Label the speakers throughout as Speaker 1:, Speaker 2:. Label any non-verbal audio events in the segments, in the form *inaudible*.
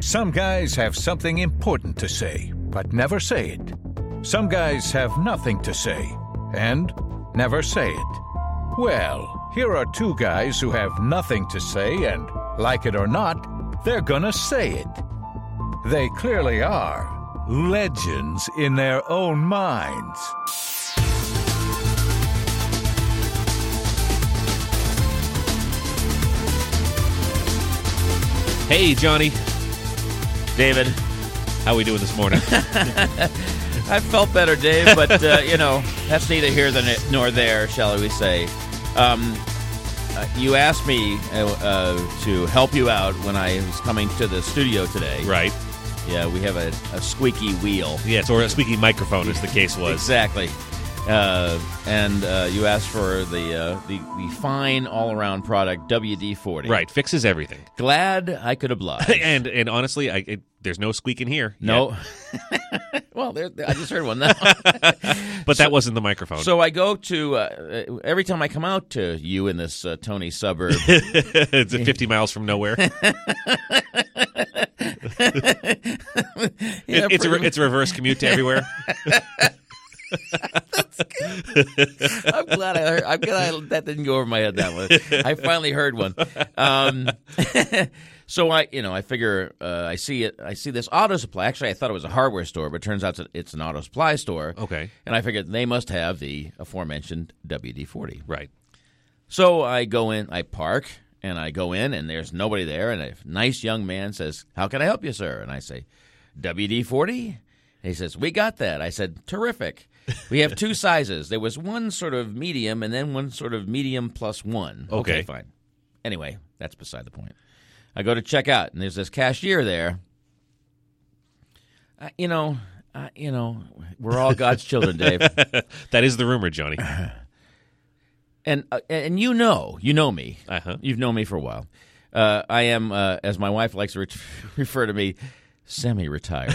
Speaker 1: Some guys have something important to say, but never say it. Some guys have nothing to say, and never say it. Well, here are two guys who have nothing to say, and like it or not, they're gonna say it. They clearly are legends in their own minds.
Speaker 2: Hey, Johnny,
Speaker 3: David,
Speaker 2: how we doing this
Speaker 3: *laughs*
Speaker 2: morning?
Speaker 3: I felt better, Dave,
Speaker 2: *laughs*
Speaker 3: but uh, you know that's neither here than nor there, shall we say? Um, uh, you asked me uh, uh, to help you out when I was coming to the studio today.
Speaker 2: right?
Speaker 3: Yeah, we have a, a squeaky wheel.
Speaker 2: Yes, or a squeaky microphone, as the case was.
Speaker 3: Exactly. Uh, and uh, you asked for the, uh, the the fine all around product WD forty.
Speaker 2: Right, fixes everything.
Speaker 3: Glad I
Speaker 2: *laughs*
Speaker 3: could oblige.
Speaker 2: And and honestly, I, it, there's no squeaking here. yet.
Speaker 3: no. *laughs* well, there, I just heard one now.
Speaker 2: but that wasn't the microphone.
Speaker 3: so I go to uh, uh, every time I come out to you in this uh, Tony suburb.
Speaker 2: *laughs* it's at 50 miles from
Speaker 3: *laughs*
Speaker 2: nowhere. *laughs*
Speaker 3: Yeah,
Speaker 2: It- it's a re-
Speaker 3: pretty
Speaker 2: it's a reverse commute to
Speaker 3: *laughs*
Speaker 2: everywhere.
Speaker 3: much. I'm glad I heard. I'm glad I, that didn't go over my head that one. I finally heard one. Um, *laughs* so I, you know, I figure uh, I see it. I see this auto supply. Actually, I thought it was a hardware store, but it turns out it's an auto supply store.
Speaker 2: Okay.
Speaker 3: And I figured they must have the aforementioned WD forty.
Speaker 2: Right.
Speaker 3: So I go in, I park, and I go in, and there's nobody there. And a nice young man says, How can I help you, sir? And I say, WD 40? He says, We got that. I said, Terrific. We have two sizes. There was one sort of medium and then one sort of medium plus one.
Speaker 2: Okay.
Speaker 3: fine. Anyway, that's beside the point. I go to check out, and there's this cashier there. Uh, you know, uh, you know, we're all God's children, Dave.
Speaker 2: That is the rumor, Johnny.
Speaker 3: Uh-huh. and uh, and you know, you know me.
Speaker 2: Uh-huh.
Speaker 3: You've known me for a while. Uh, I am, uh, as my wife likes to re- *laughs* refer to me,
Speaker 2: *laughs*
Speaker 3: semi-retired.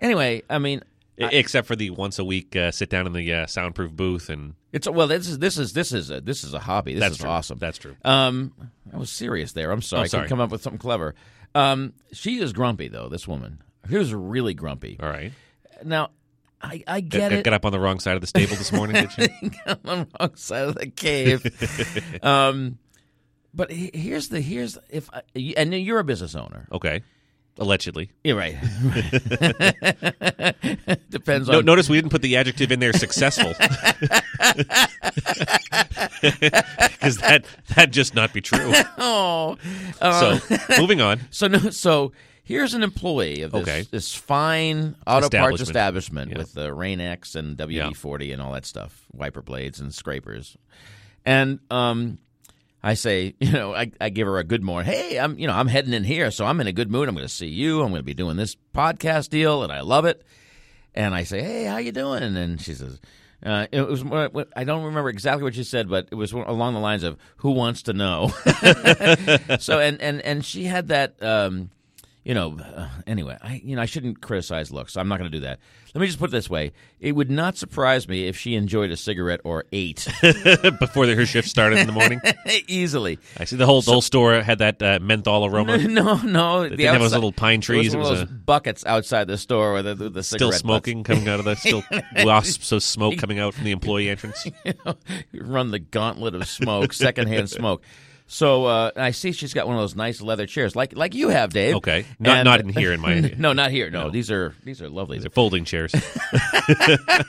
Speaker 3: anyway, I mean,
Speaker 2: E- Except for the once a week uh, sit down in the uh, soundproof booth, and
Speaker 3: it's well. This is this is this is a this is a hobby. This
Speaker 2: that's
Speaker 3: is
Speaker 2: true.
Speaker 3: awesome.
Speaker 2: That's true.
Speaker 3: Um, I was serious there. I'm sorry.
Speaker 2: I'm
Speaker 3: I
Speaker 2: sorry.
Speaker 3: could come up with something clever. Um, she is grumpy though. This woman. She was really grumpy.
Speaker 2: All right.
Speaker 3: Now, I I get
Speaker 2: Got,
Speaker 3: it.
Speaker 2: got up on the wrong side of the stable this morning, did
Speaker 3: *laughs*
Speaker 2: you?
Speaker 3: on the wrong side of
Speaker 2: *laughs*
Speaker 3: the cave. um, but he- here's the here's if I, and you're a business owner.
Speaker 2: Okay. Allegedly.
Speaker 3: You're right. *laughs* Depends
Speaker 2: No,
Speaker 3: on
Speaker 2: notice we didn't put the adjective in there successful. *laughs* Because that that just not be true.
Speaker 3: *laughs* Oh, uh,
Speaker 2: So moving on. *laughs*
Speaker 3: so no, so here's an employee of this,
Speaker 2: Okay.
Speaker 3: this fine auto parts
Speaker 2: Establishment.
Speaker 3: establishment
Speaker 2: Yeah.
Speaker 3: with the Rain X and WD forty and all that stuff, wiper blades and scrapers, and um. I say, *laughs* you know, I, I give her a good morning. Hey, I'm, you know, I'm heading in here, so I'm in a good mood. I'm going to see you. I'm going to be doing this podcast deal, and I love it. And I say, hey, how you doing? And she says, uh, it was. more- I don't remember exactly what she said, but it was along the lines of, "Who wants to know?" *laughs* so, and and and she had that. Um, you know, uh, anyway, I you know I shouldn't criticize looks. So I'm not going to do that. Let me just put it this way: it would not surprise me if she enjoyed a cigarette or eight
Speaker 2: Before her shift started in the morning.
Speaker 3: *laughs* easily.
Speaker 2: I see the whole, the whole store had that uh, menthol
Speaker 3: *laughs*
Speaker 2: aroma.
Speaker 3: No, no.
Speaker 2: They didn't have those little pine trees.
Speaker 3: It was, one of
Speaker 2: It was
Speaker 3: those buckets outside the store with the, the
Speaker 2: Still
Speaker 3: cigarette *laughs*
Speaker 2: smoking coming out of the still *laughs* wasps of smoke coming out from the employee entrance.
Speaker 3: butts. Run the gauntlet of
Speaker 2: *laughs*
Speaker 3: smoke, secondhand smoke. So uh, I see she's got one of those nice leather chairs, like like you have, Dave.
Speaker 2: Okay. Not-
Speaker 3: And-
Speaker 2: not
Speaker 3: *laughs*
Speaker 2: in here, in my-
Speaker 3: no, not here. No, these are these are lovely *laughs*
Speaker 2: They're folding chairs.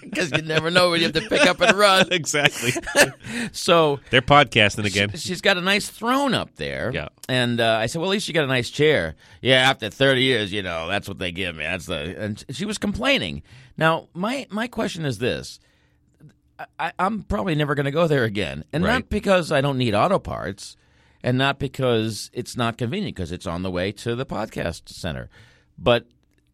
Speaker 3: because you never know when you have to pick
Speaker 2: *laughs*
Speaker 3: up and run.
Speaker 2: exactly.
Speaker 3: So
Speaker 2: They're podcasting again.
Speaker 3: She, has got a nice throne up there.
Speaker 2: Yeah.
Speaker 3: And uh, I said, well, at least you got a nice chair. Yeah, after 30 years, you know, that's what they give me. That's the. And she was complaining. Now, my, my question is this. I- I, I'm probably never going to go there again, and
Speaker 2: Right.
Speaker 3: not because I don't need auto parts, and not because it's not convenient, because it's on the way to the podcast center. But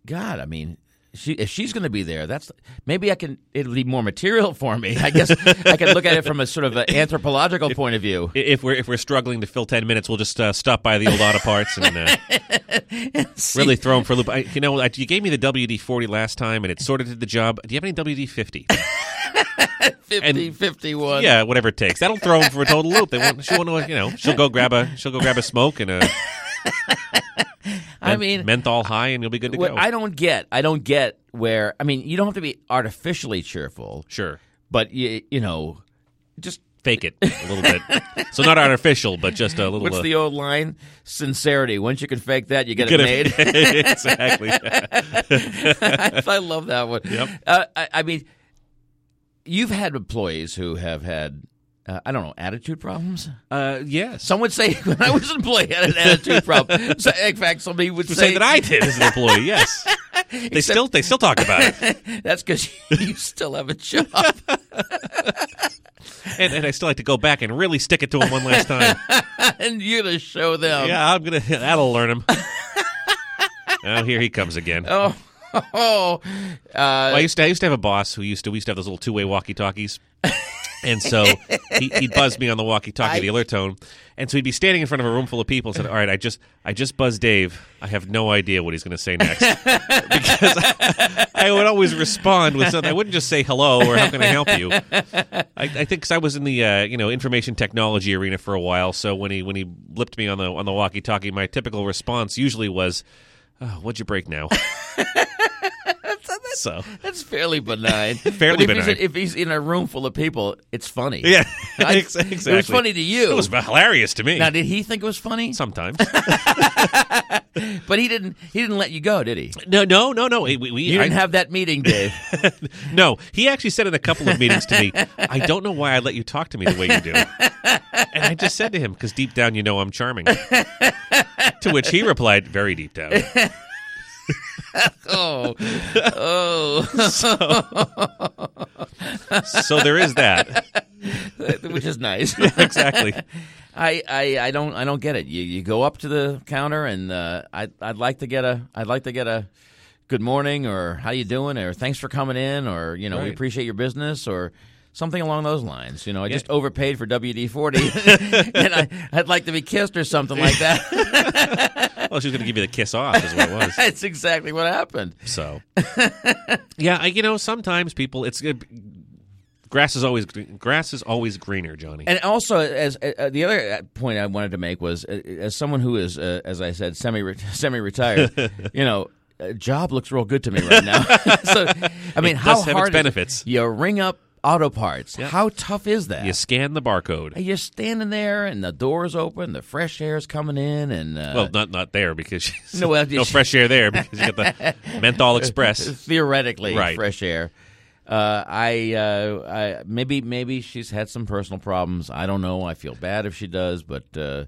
Speaker 3: God, I mean, she if she's going to be there, that's maybe I can. It'll be more material for me. I guess I can look at it from a sort of an anthropological point of view.
Speaker 2: I- *laughs* If we're if we're struggling to fill ten minutes, we'll just uh, stop by the old auto parts and uh,
Speaker 3: *laughs*
Speaker 2: really throw them for a loop. I, you know, I, you gave me the WD forty last time, and it sort of did the job. Do you have any WD
Speaker 3: *laughs*
Speaker 2: fifty?
Speaker 3: 50, 51.
Speaker 2: yeah,
Speaker 3: *laughs*
Speaker 2: whatever it takes. That'll throw them for a total loop. They won't. She won't know. You know, she'll go grab a she'll go grab a smoke and a
Speaker 3: I mean,
Speaker 2: menthol high, and you'll be good to
Speaker 3: what
Speaker 2: go.
Speaker 3: I don't get, I don't get where. I mean, you don't have to be artificially cheerful,
Speaker 2: sure,
Speaker 3: but you, you know, just
Speaker 2: fake it a little bit. so not artificial, but just a little.
Speaker 3: what's
Speaker 2: uh, *laughs*
Speaker 3: the old line? Sincerity. Once you can fake that, you get
Speaker 2: get
Speaker 3: it
Speaker 2: a- *laughs*
Speaker 3: made.
Speaker 2: exactly.
Speaker 3: *laughs*
Speaker 2: *laughs*
Speaker 3: I love that one.
Speaker 2: Yep.
Speaker 3: Uh, I, I mean, you've had employees who have had, uh, I don't know, attitude problems.
Speaker 2: Uh, yes.
Speaker 3: Some would say *laughs* when I was an employee, I had an attitude problem. *laughs* So, in fact, somebody would
Speaker 2: would
Speaker 3: say,
Speaker 2: say that I did as an employee.
Speaker 3: *laughs*
Speaker 2: Yes, they still they still talk about it,
Speaker 3: That's because *laughs* you still have a job. *laughs*
Speaker 2: and, and I still like to go back and really stick it to them one last time.
Speaker 3: and you're going to show them.
Speaker 2: Yeah, I'm gonna that'll learn him. oh, here he comes again.
Speaker 3: *laughs* Oh, oh. Uh,
Speaker 2: Well, I used to I used to have a boss who used to we used to have those little two way walkie talkies. And
Speaker 3: *laughs*
Speaker 2: so he, he'd buzz me on the walkie-talkie, the alert tone, and so he'd be standing in front of a room full of people and said, "All right, I just, I just buzzed Dave. I have no idea what he's going to say
Speaker 3: *laughs*
Speaker 2: next because I, I would always respond with something. I wouldn't just say hello or how can I help you. I, I think because I was in the uh, you know information technology arena for a while, so when he when he blipped me on the on the walkie-talkie, my typical response usually was, oh, "What'd you break
Speaker 3: *laughs*
Speaker 2: now?" so
Speaker 3: that's fairly
Speaker 2: *laughs*
Speaker 3: benign.
Speaker 2: Fairly
Speaker 3: but if
Speaker 2: benign.
Speaker 3: He's, if he's in a room full of people, it's funny.
Speaker 2: *laughs* Yeah,
Speaker 3: I-
Speaker 2: ex- exactly.
Speaker 3: It was funny to you.
Speaker 2: It was hilarious to me.
Speaker 3: *laughs* now, did he think it was funny?
Speaker 2: Sometimes.
Speaker 3: But he didn't. He didn't let you go, did he?
Speaker 2: *laughs* No, no, no, no. We, we,
Speaker 3: You didn't
Speaker 2: I-
Speaker 3: have that meeting, Dave.
Speaker 2: *laughs*
Speaker 3: *laughs*
Speaker 2: no, he actually said in a couple of meetings to me, I don't know why I let you talk to me the way you do. And I just said to him, because deep down you know I'm charming. to which he replied, very deep down. *laughs*
Speaker 3: oh, oh,
Speaker 2: *laughs* So there is that.
Speaker 3: which is nice.
Speaker 2: Exactly.
Speaker 3: *laughs* I, I, I don't I don't get it. You you go up to the counter and uh, I I'd like to get a I'd like to get a good morning or how you doing or thanks for coming in or you know we
Speaker 2: Right.
Speaker 3: appreciate your business or. Something along those lines, you know. I just overpaid for
Speaker 2: *laughs*
Speaker 3: WD forty, *laughs* and I, I'd like to be kissed or something like that.
Speaker 2: Well, she was going to give you the kiss off, is what it was.
Speaker 3: *laughs* That's exactly what happened.
Speaker 2: So, *laughs* yeah, I, you know, sometimes people, it's uh, grass is always gre- grass is always greener, Johnny.
Speaker 3: And also, as uh, the other uh, point I wanted to make was, uh, as someone who is, uh, as I said, *laughs* semi semi retired, you know, a job looks real good to me right now. *laughs* so, I mean, how
Speaker 2: does have its
Speaker 3: hard is it?
Speaker 2: benefits.
Speaker 3: You ring up auto parts. How tough is that?
Speaker 2: you scan the barcode.
Speaker 3: You're standing there, and the door's open, the fresh air's coming in, and uh,
Speaker 2: Well, not not there because she's, *laughs* no,
Speaker 3: No, well, she-
Speaker 2: fresh air there because you got
Speaker 3: *laughs*
Speaker 2: the menthol express.
Speaker 3: theoretically,
Speaker 2: Right.
Speaker 3: fresh air. Uh, I, uh, I maybe maybe she's had some personal problems. I don't know. I feel bad if she does, but uh,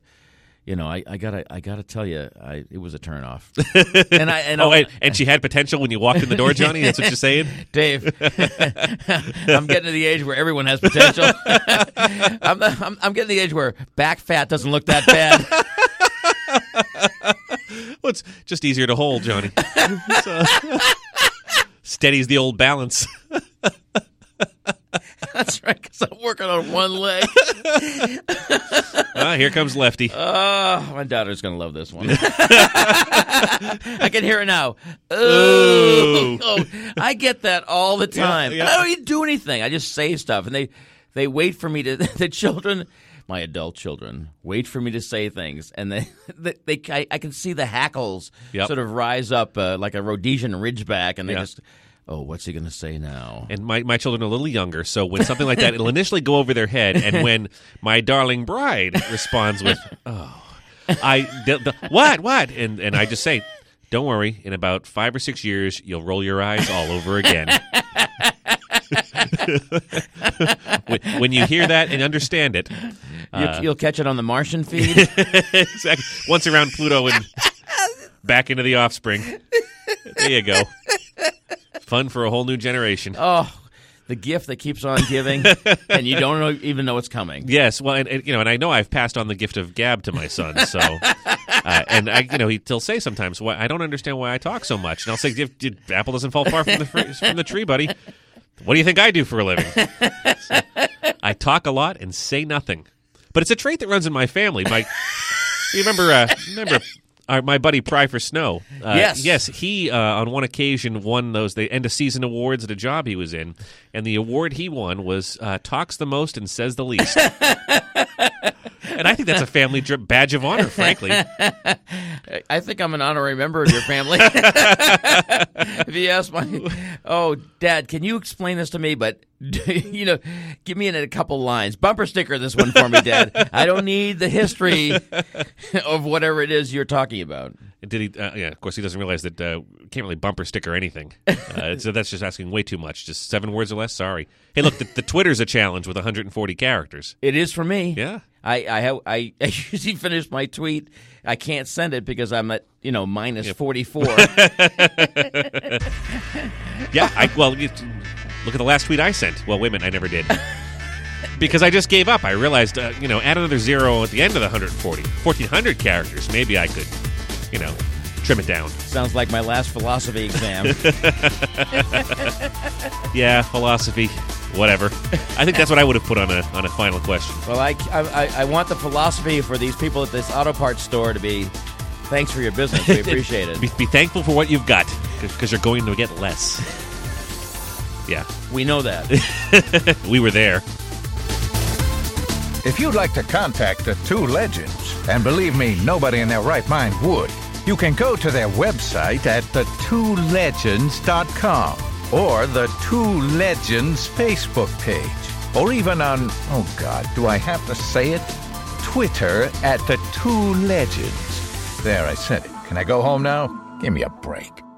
Speaker 3: you know, I, I gotta I gotta tell you, I, it was a
Speaker 2: *laughs*
Speaker 3: turnoff. and I and
Speaker 2: Oh,
Speaker 3: I,
Speaker 2: and, and she had potential when you walked in the door, Johnny. That's what you're saying.
Speaker 3: *laughs* Dave, *laughs* I'm getting to the age where everyone has potential. *laughs* I'm, I'm I'm getting to the age where back fat doesn't look that bad. *laughs*
Speaker 2: Well, it's just easier to hold,
Speaker 3: *laughs*
Speaker 2: Johnny. So- *laughs* steadies the old balance.
Speaker 3: That's right, because I'm working on one leg.
Speaker 2: Ah, here comes Lefty.
Speaker 3: Oh, my daughter's gonna love this
Speaker 2: *laughs*
Speaker 3: one. *laughs* I can hear it now. Ooh. *laughs* Oh, I get that all the time.
Speaker 2: yeah.
Speaker 3: And I don't even do anything. I just say stuff, and they they wait for me to. *laughs* The children, my adult children, wait for me to say things, and they *laughs* they, they I, I can see the hackles
Speaker 2: Yep.
Speaker 3: sort of rise up uh, like a Rhodesian ridgeback, and they
Speaker 2: Yeah.
Speaker 3: just, oh, what's he gonna say now?
Speaker 2: And my, my children are a little younger, so when something like that, it'll initially go over their head. And when my darling bride responds with, "Oh, I the, the- what what," and and I just say, "Don't worry. In about five or six years, you'll roll your eyes all over again." when, when you hear that and understand it, Uh,
Speaker 3: You'll- you'll catch it on the Martian
Speaker 2: *laughs*
Speaker 3: feed.
Speaker 2: exactly. Once around Pluto and back into the offspring. There you go. Fun for a whole new generation.
Speaker 3: Oh, the gift that keeps on giving, and you don't know, even know it's coming.
Speaker 2: Yes, well, and, and you know, and I know I've passed on the gift of gab to my son. So, uh, and I, you know, he- he'll say sometimes, "Why I don't understand why I talk so much," and I'll say, "Dude, dude, "Apple doesn't fall far from the fr- from the tree, buddy. What do you think I do for a living? So, I talk a lot and say nothing, but it's a trait that runs in my family. My, you remember, uh, remember." Our, my buddy Pry for Snow. Uh,
Speaker 3: Yes.
Speaker 2: Yes, he uh, on one occasion won those the end of season awards at a job he was in, and the award he won was uh, talks the most and says the least. *laughs* and I think that's a family dri- badge of honor, frankly.
Speaker 3: I think I'm an honorary member of your family. *laughs* if you ask my, oh, Dad, can you explain this to me? But *laughs* you know, give me in a couple lines. Bumper sticker this one for me, Dad. I don't need the history *laughs* of whatever it is you're talking about.
Speaker 2: Did he? Uh, yeah, of course he doesn't realize that uh, can't really bumper sticker anything. Uh, so that's just asking way too much. Just seven words or less. Sorry. Hey, look, the, the Twitter's a challenge with 140 characters.
Speaker 3: It is for me.
Speaker 2: Yeah.
Speaker 3: I I have, I, *laughs* I usually finish my tweet. I can't send it because I'm at you know minus 44.
Speaker 2: Yeah. I, well, you, look at the last tweet I sent. Well, wait a minute, I never did. Because I just gave up. I realized, uh, you know, add another zero at the end of the 140. 1,400 characters. Maybe I could, you know, trim it down.
Speaker 3: Sounds like my last philosophy exam.
Speaker 2: Yeah, philosophy, whatever. I think that's what I would have put on a, on a final question.
Speaker 3: Well, I, I, I want the philosophy for these people at this auto parts store to be thanks for your business. *laughs* We appreciate
Speaker 2: Be,
Speaker 3: it.
Speaker 2: be thankful for what you've got, because you're going to get less. Yeah,
Speaker 3: We know that.
Speaker 2: we were there.
Speaker 1: If you'd like to contact the two legends, and believe me, nobody in their right mind would, you can go to their website at thetwolegends.com or the Two Legends Facebook page, or even on, oh God, do I have to say it? Twitter at the Two Legends. There, I said it. Can I go home now? Give me a break.